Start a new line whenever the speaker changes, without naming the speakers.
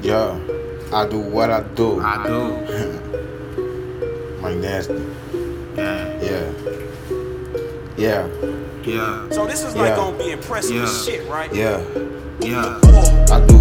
Yeah, I do what I do.
I do.
Mike Nasty.
Yeah.
Yeah. Yeah.
Yeah.
So this is like
Yeah.
gonna be impressive as
Yeah.
shit, right?
Yeah.
Yeah.
I do